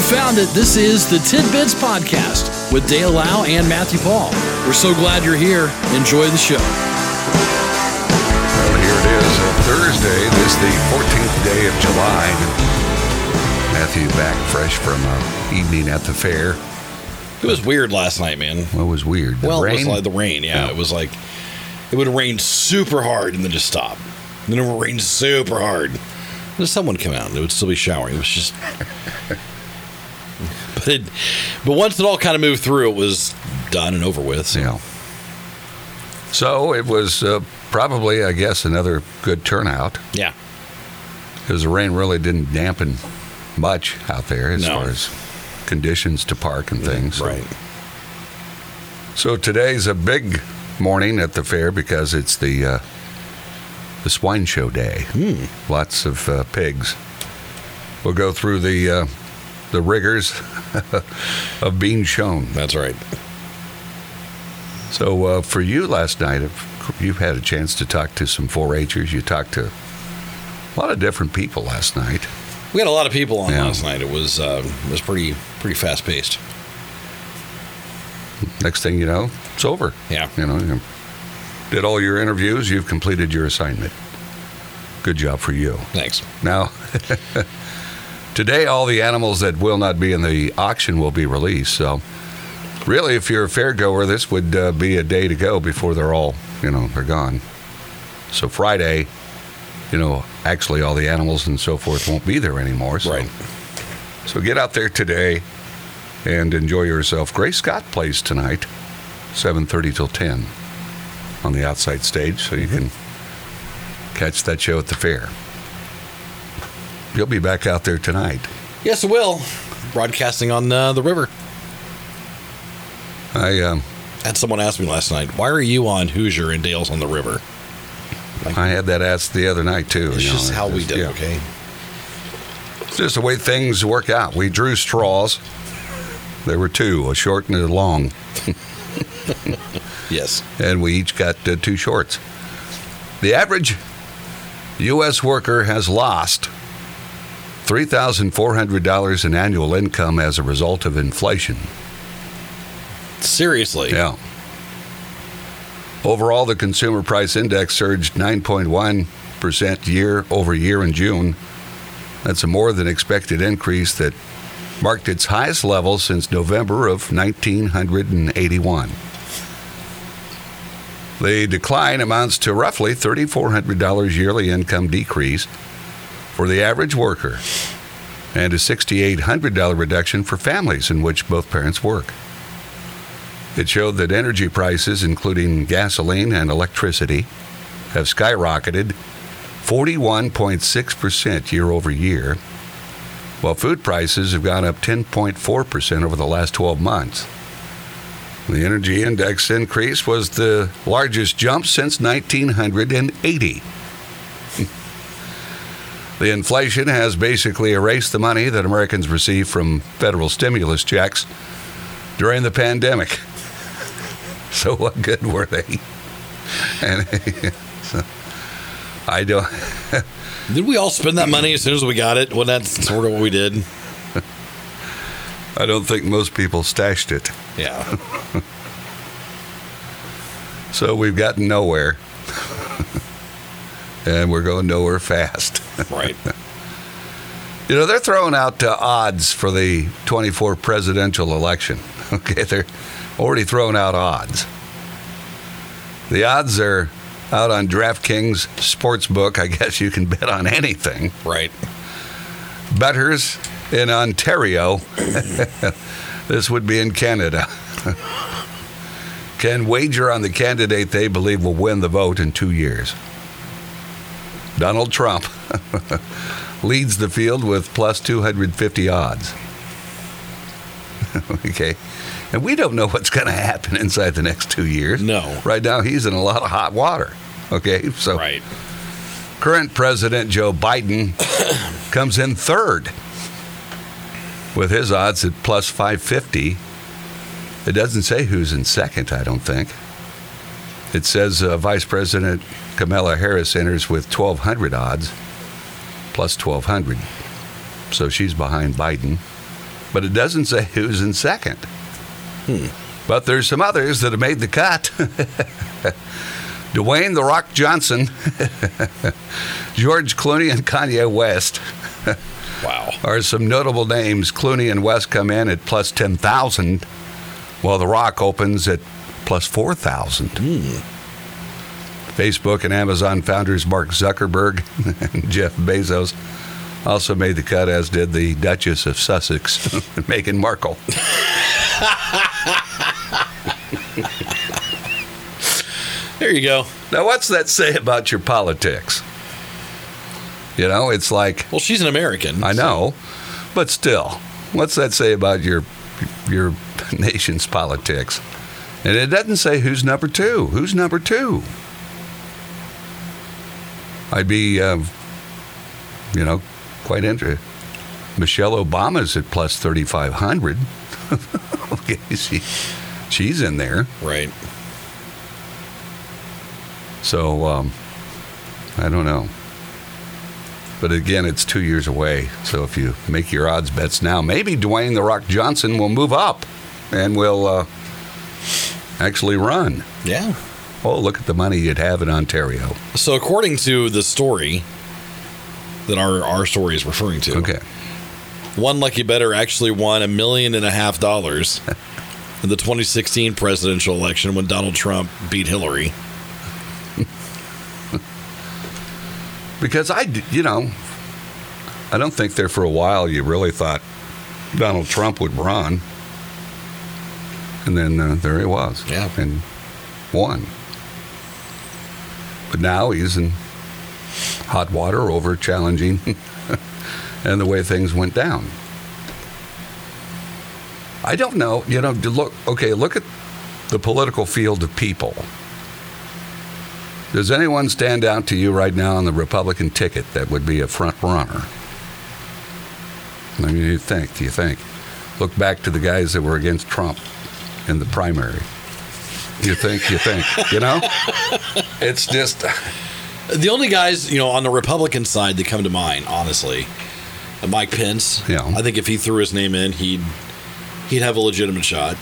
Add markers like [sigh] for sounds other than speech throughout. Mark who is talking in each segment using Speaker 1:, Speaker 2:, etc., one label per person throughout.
Speaker 1: found it. This is the Tidbits Podcast with Dale Lau and Matthew Paul. We're so glad you're here. Enjoy the show.
Speaker 2: Well, here it is, uh, Thursday. This is the 14th day of July. Matthew back fresh from uh, evening at the fair.
Speaker 3: It was weird last night, man.
Speaker 2: What was weird? The
Speaker 3: well, it was
Speaker 2: rain?
Speaker 3: like the rain. Yeah, it was like it would rain super hard and then just stop. And then it would rain super hard. And the sun would come out and it would still be showering. It was just. [laughs] but it, but once it all kind of moved through, it was done and over with. So
Speaker 2: Yeah. So it was uh, probably, I guess, another good turnout
Speaker 3: yeah,
Speaker 2: because the rain really didn't dampen much out there as
Speaker 3: No.
Speaker 2: far as conditions to park and things.
Speaker 3: right.
Speaker 2: So today's a big morning at the fair because it's the uh, the swine show day. Lots of uh, pigs. We'll go through the uh, the rigors [laughs] of being shown.
Speaker 3: That's right.
Speaker 2: So uh, for you last night, if you've had a chance to talk to some 4-Hers. You talked to a lot of different people last night.
Speaker 3: We had a lot of people on
Speaker 2: Yeah.
Speaker 3: last night. It was uh, it was pretty pretty fast paced.
Speaker 2: Next thing you know, it's over.
Speaker 3: Yeah.
Speaker 2: You know, you did all your interviews. You've completed your assignment. Good job for you.
Speaker 3: Thanks.
Speaker 2: Now, [laughs] today, all the animals that will not be in the auction will be released. So, really, if you're a fairgoer, this would uh, be a day to go before they're all, you know, they're gone. So, Friday, you know, actually, all the animals and so forth won't be there anymore. So,
Speaker 3: Right.
Speaker 2: so get out there today and enjoy yourself. Gray Scott plays tonight, 7:30 till 10 on the outside stage, so you can catch that show at the fair. You'll be back out there tonight.
Speaker 3: Yes, it will. Broadcasting on uh, the river.
Speaker 2: I um,
Speaker 3: Had someone ask me last night, "Why are you on Hoosier and Dale's on the river?"
Speaker 2: I had that asked the other night too.
Speaker 3: It's
Speaker 2: you know,
Speaker 3: just how we did,
Speaker 2: yeah.
Speaker 3: it, okay?
Speaker 2: It's just the way things work out. We drew straws. There were two, a short and a long,
Speaker 3: Yes.
Speaker 2: and we each got uh, two shorts. The average U.S. worker has lost $3,400 in annual income as a result of inflation.
Speaker 3: Seriously.
Speaker 2: Yeah. Overall, the consumer price index surged 9.1% year over year in June. That's a more than expected increase that marked its highest level since November of 1981. The decline amounts to roughly $3,400 yearly income decrease for the average worker and a $6,800 reduction for families in which both parents work. It showed that energy prices, including gasoline and electricity, have skyrocketed 41.6% year over year, while food prices have gone up 10.4% over the last 12 months. The energy index increase was the largest jump since 1980. [laughs] the inflation has basically erased the money that Americans receive from federal stimulus checks during the pandemic. [laughs] So what good were they? And [laughs] so, I don't.
Speaker 3: Did we all spend that money as soon as we got it? Well, that's sort of what we did.
Speaker 2: I don't think most people stashed it. [laughs]
Speaker 3: Yeah.
Speaker 2: So we've gotten nowhere, [laughs] and we're going nowhere fast. [laughs]
Speaker 3: Right.
Speaker 2: You know, they're throwing out uh, odds for the 24 presidential election. [laughs] Okay, they're already throwing out odds. The odds are out on DraftKings Sportsbook. I guess you can bet on anything.
Speaker 3: Right.
Speaker 2: betters in Ontario. [laughs] this would be in Canada. [laughs] Can wager on the candidate they believe will win the vote in two years. Donald Trump [laughs] leads the field with plus 250 odds. [laughs] okay. And we don't know what's going to happen inside the next two years.
Speaker 3: No.
Speaker 2: Right now, he's in a lot of hot water. Okay. So
Speaker 3: Right.
Speaker 2: current President Joe Biden comes in third with his odds at plus 550. It doesn't say who's in second, I don't think. It says uh, Vice President Kamala Harris enters with 1,200 odds, plus 1,200. So she's behind Biden. but it doesn't say who's in second. But there's some others that have made the cut. [laughs] Dwayne The Rock Johnson, George Clooney, and Kanye West
Speaker 3: Wow.
Speaker 2: are some notable names. Clooney and West come in at plus 10,000, while The Rock opens at plus 4,000. Facebook and Amazon founders Mark Zuckerberg [laughs] and Jeff Bezos also made the cut, as did the Duchess of Sussex, [laughs] Meghan Markle.
Speaker 3: There you go.
Speaker 2: Now, what's that say about your politics? You know, it's like
Speaker 3: Well, she's an American.
Speaker 2: I know, but still, what's that say about your your [laughs] nation's politics? And it doesn't say who's number two. Who's number two? I'd be, um, you know, quite interested. Michelle Obama's at plus thirty five hundred. [laughs] okay, she, she's in there.
Speaker 3: Right.
Speaker 2: So um, I don't know. But again, it's two years away. So if you make your odds bets now, maybe Dwayne the Rock Johnson will move up and will uh, actually run.
Speaker 3: Yeah.
Speaker 2: Oh, look at the money you'd have in Ontario.
Speaker 3: So according to the story that our our story is referring to,
Speaker 2: Okay.
Speaker 3: one lucky bettor actually won a million and a half dollars in the 2016 presidential election when Donald Trump beat Hillary.
Speaker 2: Because I, d- you know, I don't think there for a while you really thought Donald Trump would run. And then uh, there he was.
Speaker 3: Yeah.
Speaker 2: And won. But now he's in hot water over challenging [laughs] and the way things went down. I don't know. You know, to look, okay, look at the political field of people. Does anyone stand out to you right now on the Republican ticket that would be a front runner? I mean, you think, do you think? Look back to the guys that were against Trump in the primary. You think, you think, you know? It's just,
Speaker 3: The only guys, you know, on the Republican side that come to mind, honestly, uh, Mike Pence.
Speaker 2: Yeah.
Speaker 3: I think if he threw his name in, he'd he'd have a legitimate shot.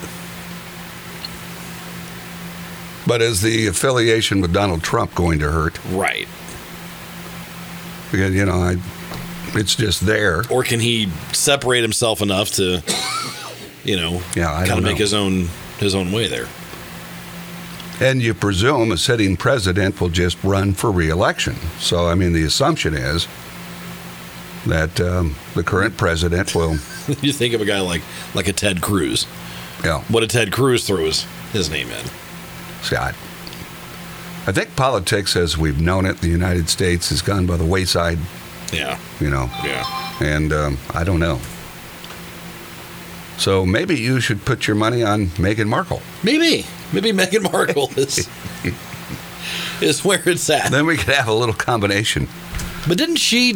Speaker 2: but is the affiliation with Donald Trump going to hurt?
Speaker 3: Right.
Speaker 2: Because, you know, I, it's just there.
Speaker 3: Or can he separate himself enough to, you know,
Speaker 2: [coughs] Yeah, I
Speaker 3: kind
Speaker 2: don't
Speaker 3: of make
Speaker 2: know.
Speaker 3: his own his own way there? [laughs]
Speaker 2: And you presume a sitting president will just run for reelection. So, I mean, the assumption is that um, the current president will,
Speaker 3: you think of a guy like like a Ted Cruz.
Speaker 2: yeah,
Speaker 3: What a Ted Cruz throws his name in.
Speaker 2: Scott. I think politics, as we've known it, in the United States has gone by the wayside,
Speaker 3: Yeah.
Speaker 2: you know,
Speaker 3: Yeah.
Speaker 2: and um, I don't know. So maybe you should put your money on Meghan Markle.
Speaker 3: Maybe. Maybe Meghan
Speaker 2: [laughs]
Speaker 3: Markle is is where it's at.
Speaker 2: Then we could have a little combination.
Speaker 3: But didn't she?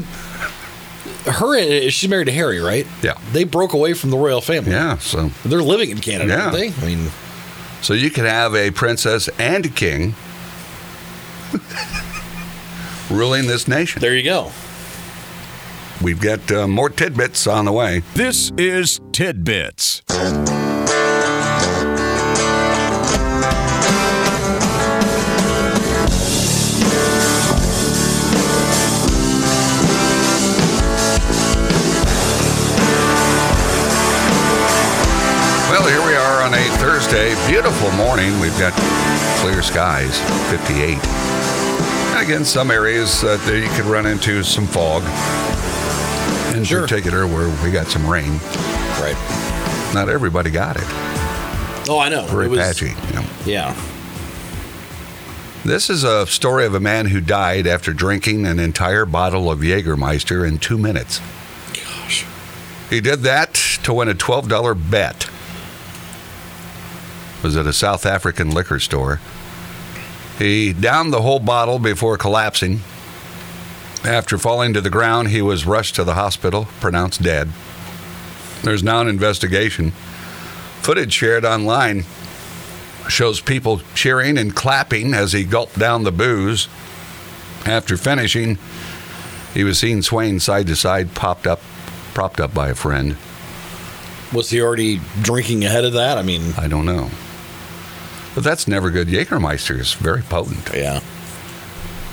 Speaker 3: Her and she's married to Harry, right?
Speaker 2: Yeah.
Speaker 3: They broke away from the royal family.
Speaker 2: Yeah, so
Speaker 3: They're living in Canada,
Speaker 2: Yeah.
Speaker 3: aren't they? I mean,
Speaker 2: So you could have a princess and a king ruling this nation.
Speaker 3: there you go.
Speaker 2: We've got uh, more tidbits on the way.
Speaker 4: This is Tidbits.
Speaker 2: Well, here we are on a Thursday, beautiful morning. We've got clear skies, 58. And again, some areas uh, there you could run into some fog. In
Speaker 3: Sure.
Speaker 2: particular, where we got some rain.
Speaker 3: Right.
Speaker 2: Not everybody got it.
Speaker 3: Oh, I know.
Speaker 2: Very
Speaker 3: It was-
Speaker 2: patchy. You know.
Speaker 3: Yeah.
Speaker 2: This is a story of a man who died after drinking an entire bottle of Jägermeister in two minutes.
Speaker 3: Gosh.
Speaker 2: He did that to win a $12 bet. It was at a South African liquor store. He downed the whole bottle before collapsing. After falling to the ground, he was rushed to the hospital, pronounced dead. There's now an investigation. Footage shared online shows people cheering and clapping as he gulped down the booze. After finishing, he was seen swaying side to side, popped up, propped up by a friend.
Speaker 3: Was he already drinking ahead of that? I mean,
Speaker 2: I don't know. But that's never good. Jägermeister is very potent.
Speaker 3: yeah.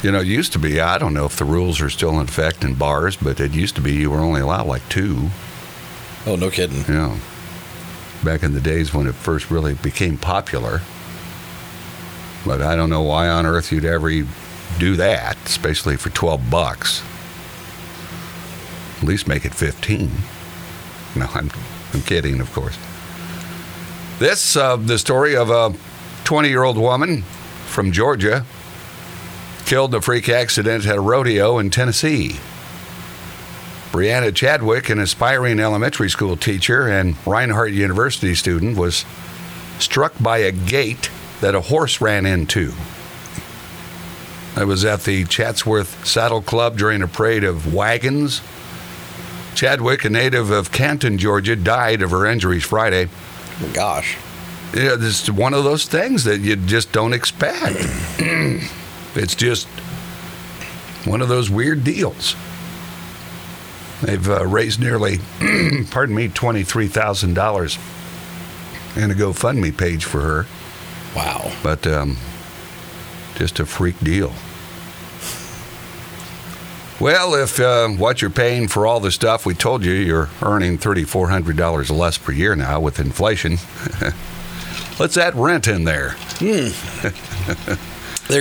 Speaker 2: You know, it used to be, I don't know if the rules are still in effect in bars, but it used to be you were only allowed like two.
Speaker 3: Oh, no kidding.
Speaker 2: You know, back in the days when it first really became popular. But I don't know why on earth you'd ever e-, do that, especially for 12 bucks. At least make it 15. No, I'm, I'm kidding, of course. This, uh, the story of a 20 year old woman from Georgia killed in a freak accident at a rodeo in Tennessee. Brianna Chadwick, an aspiring elementary school teacher and Reinhardt University student, was struck by a gate that a horse ran into. I was at the Chatsworth Saddle Club during a parade of wagons. Chadwick, a native of Canton, Georgia, died of her injuries Friday.
Speaker 3: Oh, gosh.
Speaker 2: You know, this is one of those things that you just don't expect. it's just one of those weird deals. They've uh, raised nearly, [clears throat] pardon me, twenty-three thousand dollars in a GoFundMe page for her,
Speaker 3: Wow.
Speaker 2: but um, just a freak deal. Well, if uh, what you're paying for all the stuff we told you, you're earning thirty-four hundred dollars less per year now with inflation. [laughs] Let's add rent in there.
Speaker 3: There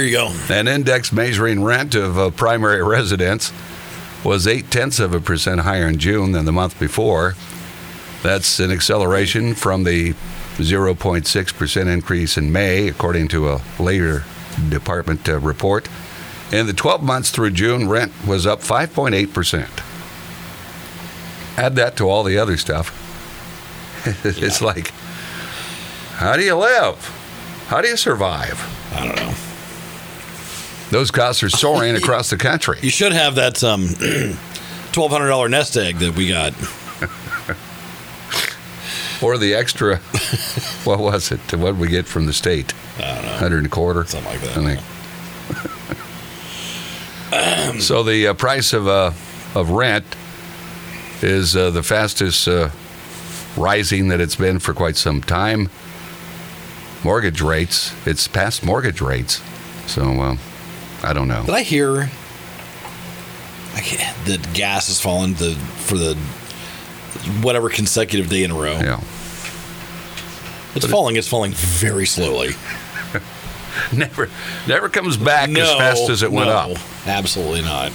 Speaker 3: you go.
Speaker 2: An index measuring rent of a primary residence was eight tenths of a percent higher in June than the month before. That's an acceleration from the 0.6% increase in May, according to a later department uh, report. In the 12 months through June, rent was up 5.8%. Add that to all the other stuff. [laughs] it's like, how do you live? How do you survive?
Speaker 3: I don't know.
Speaker 2: Those costs are
Speaker 3: [laughs]
Speaker 2: soaring across the country.
Speaker 3: You should have that um, [clears throat] twelve hundred dollar nest egg that we got.
Speaker 2: Or the
Speaker 3: [laughs]
Speaker 2: extra, what was it? What did we get from the state? I don't know. Hundred and a quarter,
Speaker 3: Something like that,
Speaker 2: I think. so the uh, price of uh, of rent is uh, the fastest uh, rising that it's been for quite some time. Mortgage rates, it's past mortgage rates. So uh, I don't know.
Speaker 3: Did I hear? I can't, that gas has fallen the for the whatever consecutive day in a row.
Speaker 2: Yeah.
Speaker 3: It's falling. It's falling very slowly.
Speaker 2: Never, never comes back as fast as it went
Speaker 3: no,
Speaker 2: up.
Speaker 3: Absolutely not.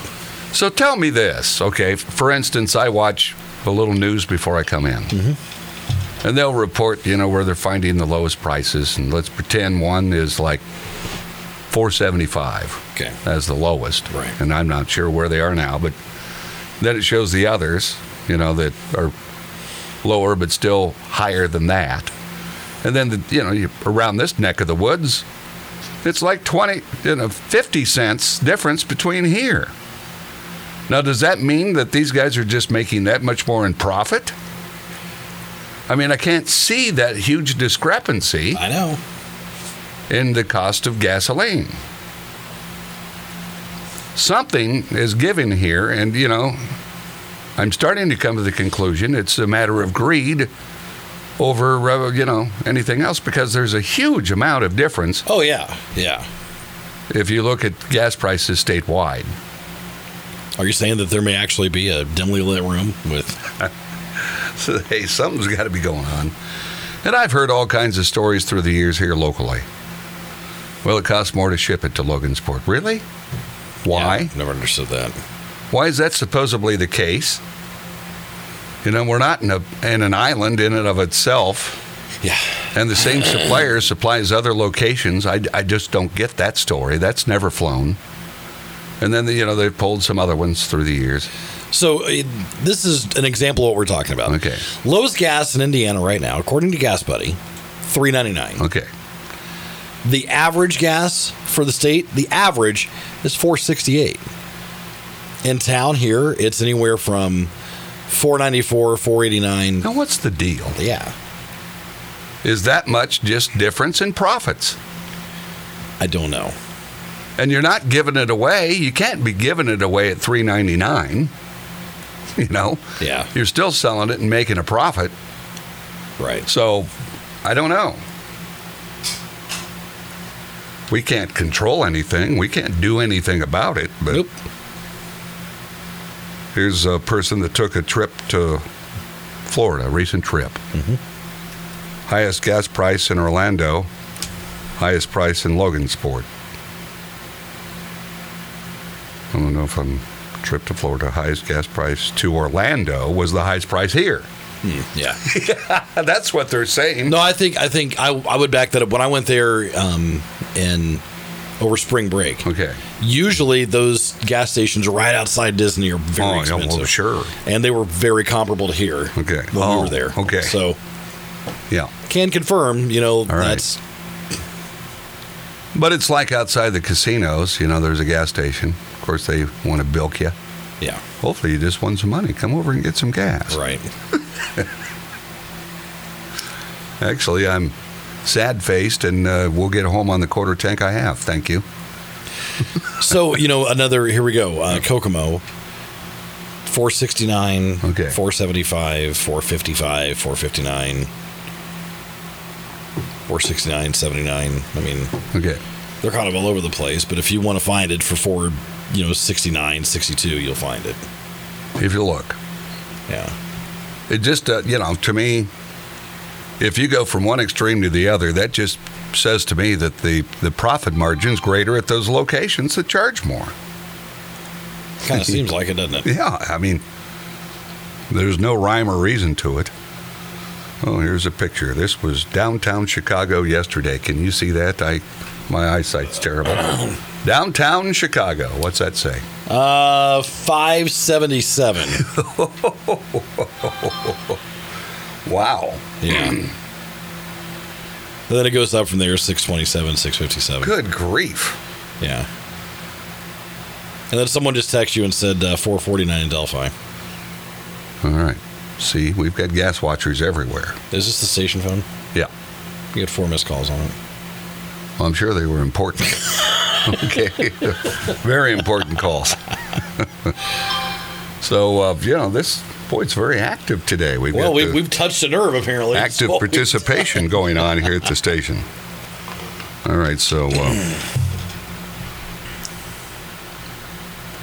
Speaker 2: So tell me this, okay? For instance, I watch a little news before I come in, and they'll report, you know, where they're finding the lowest prices, and let's pretend one is like four seventy-five
Speaker 3: Okay.
Speaker 2: as the lowest,
Speaker 3: Right.
Speaker 2: And I'm not sure where they are now, but then it shows the others, you know, that are lower but still higher than that, and then the, you know, you, around this neck of the woods, it's like twenty, you know, fifty cents difference between here. Now, does that mean that these guys are just making that much more in profit? I mean, I can't see that huge discrepancy
Speaker 3: I know.
Speaker 2: in the cost of gasoline. Something is given here, and you know, I'm starting to come to the conclusion it's a matter of greed over, uh, you know, anything else because there's a huge amount of difference
Speaker 3: Oh yeah, yeah.
Speaker 2: if you look at gas prices statewide. [laughs]
Speaker 3: Are you saying that there may actually be a dimly lit room with?
Speaker 2: So, hey, something's got to be going on. And I've heard all kinds of stories through the years here locally. Well, it costs more to ship it to Logansport. Really? Why?
Speaker 3: Yeah, never understood that.
Speaker 2: Why is that supposedly the case? You know, we're not in, a, in an island in and of itself,
Speaker 3: Yeah.
Speaker 2: and the same supplier supplies other locations. I, I just don't get that story. That's never flown. And then, you know, they've pulled some other ones through the years.
Speaker 3: So uh, this is an example of what we're talking about.
Speaker 2: Okay.
Speaker 3: Lowest gas in Indiana right now, according to Gas Buddy, three ninety nine.
Speaker 2: Okay.
Speaker 3: The average gas for the state, the average is 468. In town here, it's anywhere from 494, 489.
Speaker 2: Now, what's the deal?
Speaker 3: Yeah,
Speaker 2: Is that much just difference in profits?
Speaker 3: I don't know.
Speaker 2: and you're not giving it away. You can't be giving it away at 3.99. [laughs] You know,
Speaker 3: Yeah.
Speaker 2: you're still selling it and making a profit.
Speaker 3: Right.
Speaker 2: So I don't know. We can't control anything. We can't do anything about it. But
Speaker 3: Nope.
Speaker 2: here's a person that took a trip to Florida, a recent trip.
Speaker 3: Mm-hmm.
Speaker 2: Highest gas price in Orlando, highest price in Logansport. I don't know if I'm trip to Florida, highest gas price to Orlando was the highest price here. [laughs]
Speaker 3: Hmm, Yeah.
Speaker 2: That's what they're saying.
Speaker 3: No, I think I think I, I would back that up. When I went there um, in over spring break,
Speaker 2: Okay.
Speaker 3: usually those gas stations right outside Disney are very
Speaker 2: Oh, yeah, well,
Speaker 3: expensive.
Speaker 2: sure.
Speaker 3: And they were very comparable to here.
Speaker 2: Okay.
Speaker 3: When
Speaker 2: Oh,
Speaker 3: we were there.
Speaker 2: okay.
Speaker 3: So
Speaker 2: Yeah.
Speaker 3: can confirm, you know,
Speaker 2: right.
Speaker 3: that's
Speaker 2: But it's like outside the casinos, you know, there's a gas station. Of course, they want to bilk you.
Speaker 3: yeah,
Speaker 2: Hopefully, you just won some money. Come over and get some gas.
Speaker 3: right.
Speaker 2: Actually, I'm sad faced, and uh, we'll get home on the quarter tank I have. Thank you.
Speaker 3: so you know another here we go uh, kokomo 469
Speaker 2: Okay.
Speaker 3: 475 455 459 469 79 i mean
Speaker 2: Okay.
Speaker 3: they're kind of all over the place but if you want to find it for 4 you know 69 62 you'll find it
Speaker 2: If you look,
Speaker 3: yeah
Speaker 2: it just, uh, you know, to me, if you go from one extreme to the other, that just says to me that the, the profit margin's greater at those locations that charge more.
Speaker 3: kind of seems like it doesn't it
Speaker 2: Yeah, I mean, there's no rhyme or reason to it. Oh, here's a picture. This was downtown Chicago yesterday. Can you see that? I, my
Speaker 3: [clears throat]
Speaker 2: eyesight's terrible. downtown Chicago. What's that say?
Speaker 3: uh 577
Speaker 2: Wow.
Speaker 3: yeah and then it goes up from there 627 657
Speaker 2: Good grief.
Speaker 3: Yeah. And then someone just texted you and said uh, 449 in Delphi.
Speaker 2: All right. See, we've got gas watchers everywhere.
Speaker 3: Is this the station phone?
Speaker 2: Yeah.
Speaker 3: You had four missed calls on it.
Speaker 2: Well, I'm sure they
Speaker 3: [laughs]
Speaker 2: were important. okay. very important calls. [laughs] so, uh, you know, this, boy, it's very active today. We've
Speaker 3: Well,
Speaker 2: got
Speaker 3: we,
Speaker 2: the-
Speaker 3: we've touched a nerve apparently.
Speaker 2: active
Speaker 3: So-
Speaker 2: participation going on here at the station. All right, so uh,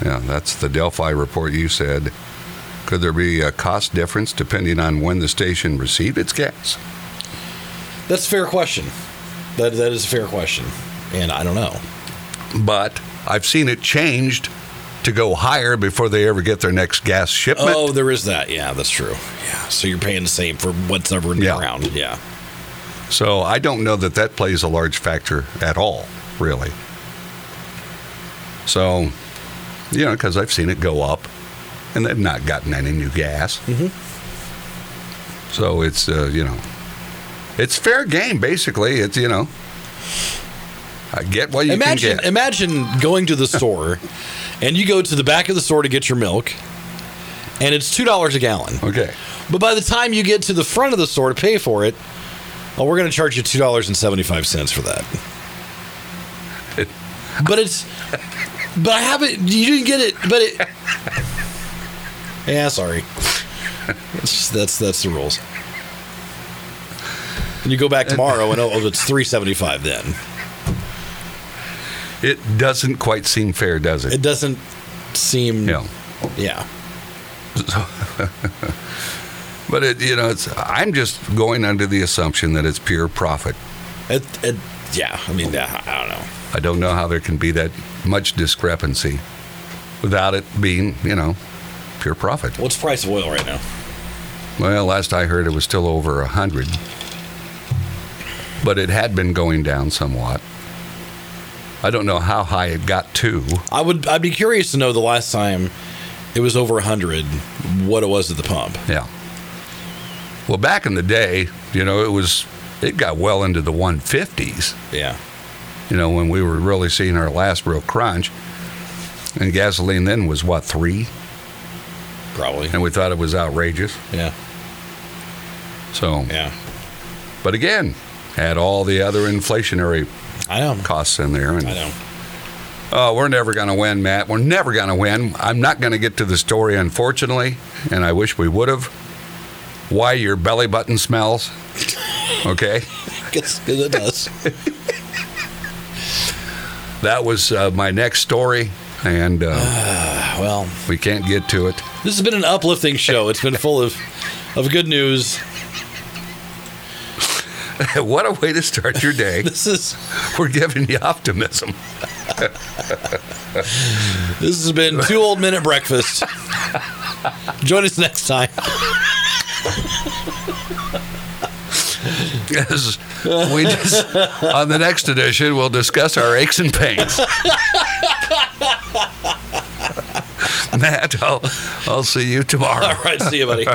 Speaker 2: yeah, that's the Delphi report you said. Could there be a cost difference depending on when the station received its gas?
Speaker 3: That's a fair question. That that is a fair question, and I don't know.
Speaker 2: But I've seen it changed to go higher before they ever get their next gas shipment.
Speaker 3: oh, there is that. Yeah, that's true. Yeah. So you're paying the same for whatever in the
Speaker 2: Yeah.
Speaker 3: ground. Yeah.
Speaker 2: So I don't know that that plays a large factor at all, really. So, you know, because I've seen it go up and they've not gotten any new gas. Mm-hmm. So it's, uh, you know, it's fair game, basically. It's, you know, I get what you
Speaker 3: imagine
Speaker 2: can get.
Speaker 3: imagine going
Speaker 2: [laughs]
Speaker 3: to the store, and you go to the back of the store to get your milk, and it's two dollars a gallon.
Speaker 2: okay.
Speaker 3: But by the time you get to the front of the store to pay for it, well, we're going to charge you two dollars and seventy five cents for that. But it's, but I haven't. You didn't get it. But it. Yeah, sorry. It's just- that's that's the rules. And you go back tomorrow, and oh, it's three seventy five. Then
Speaker 2: It doesn't quite seem fair, does it?
Speaker 3: it doesn't seem.
Speaker 2: yeah.
Speaker 3: Yeah.
Speaker 2: But it, you know, it's, I'm just going under the assumption that it's pure profit.
Speaker 3: It, it, yeah. I mean, I, I don't know.
Speaker 2: I don't know how there can be that much discrepancy without it being, you know, pure profit.
Speaker 3: What's the price of oil right now?
Speaker 2: Well, last I heard, it was still over a hundred, but it had been going down somewhat. I don't know how high it got to.
Speaker 3: I would. I'd be curious to know the last time it was over hundred, what it was at the pump.
Speaker 2: Yeah. Well, back in the day, you know, it was it got well into the 150s.
Speaker 3: Yeah.
Speaker 2: You know, when we were really seeing our last real crunch, and gasoline then was what three,
Speaker 3: Probably.
Speaker 2: and we thought it was outrageous.
Speaker 3: Yeah.
Speaker 2: So
Speaker 3: Yeah.
Speaker 2: But again, add all the other inflationary
Speaker 3: I know.
Speaker 2: costs in there,
Speaker 3: I
Speaker 2: and
Speaker 3: know.
Speaker 2: oh, we're never going to win, Matt. We're never going to win. I'm not going to get to the story, unfortunately, and I wish we would have. why your belly button
Speaker 3: [laughs]
Speaker 2: smells. Okay,
Speaker 3: Because it does. [laughs]
Speaker 2: that was uh, my next story, and uh,
Speaker 3: well,
Speaker 2: we can't get to it. [laughs]
Speaker 3: this has been an uplifting show. It's been full of of good news.
Speaker 2: what a way to start
Speaker 3: [laughs]
Speaker 2: your day!
Speaker 3: This is
Speaker 2: We're giving you optimism.
Speaker 3: this has been two old men at breakfast. Join us next time.
Speaker 2: Yes. we just, on the next edition, we'll discuss our aches and pains. [laughs] Matt, I'll, I'll see you
Speaker 3: [laughs]
Speaker 2: tomorrow.
Speaker 3: All right, see you, buddy.
Speaker 1: [laughs]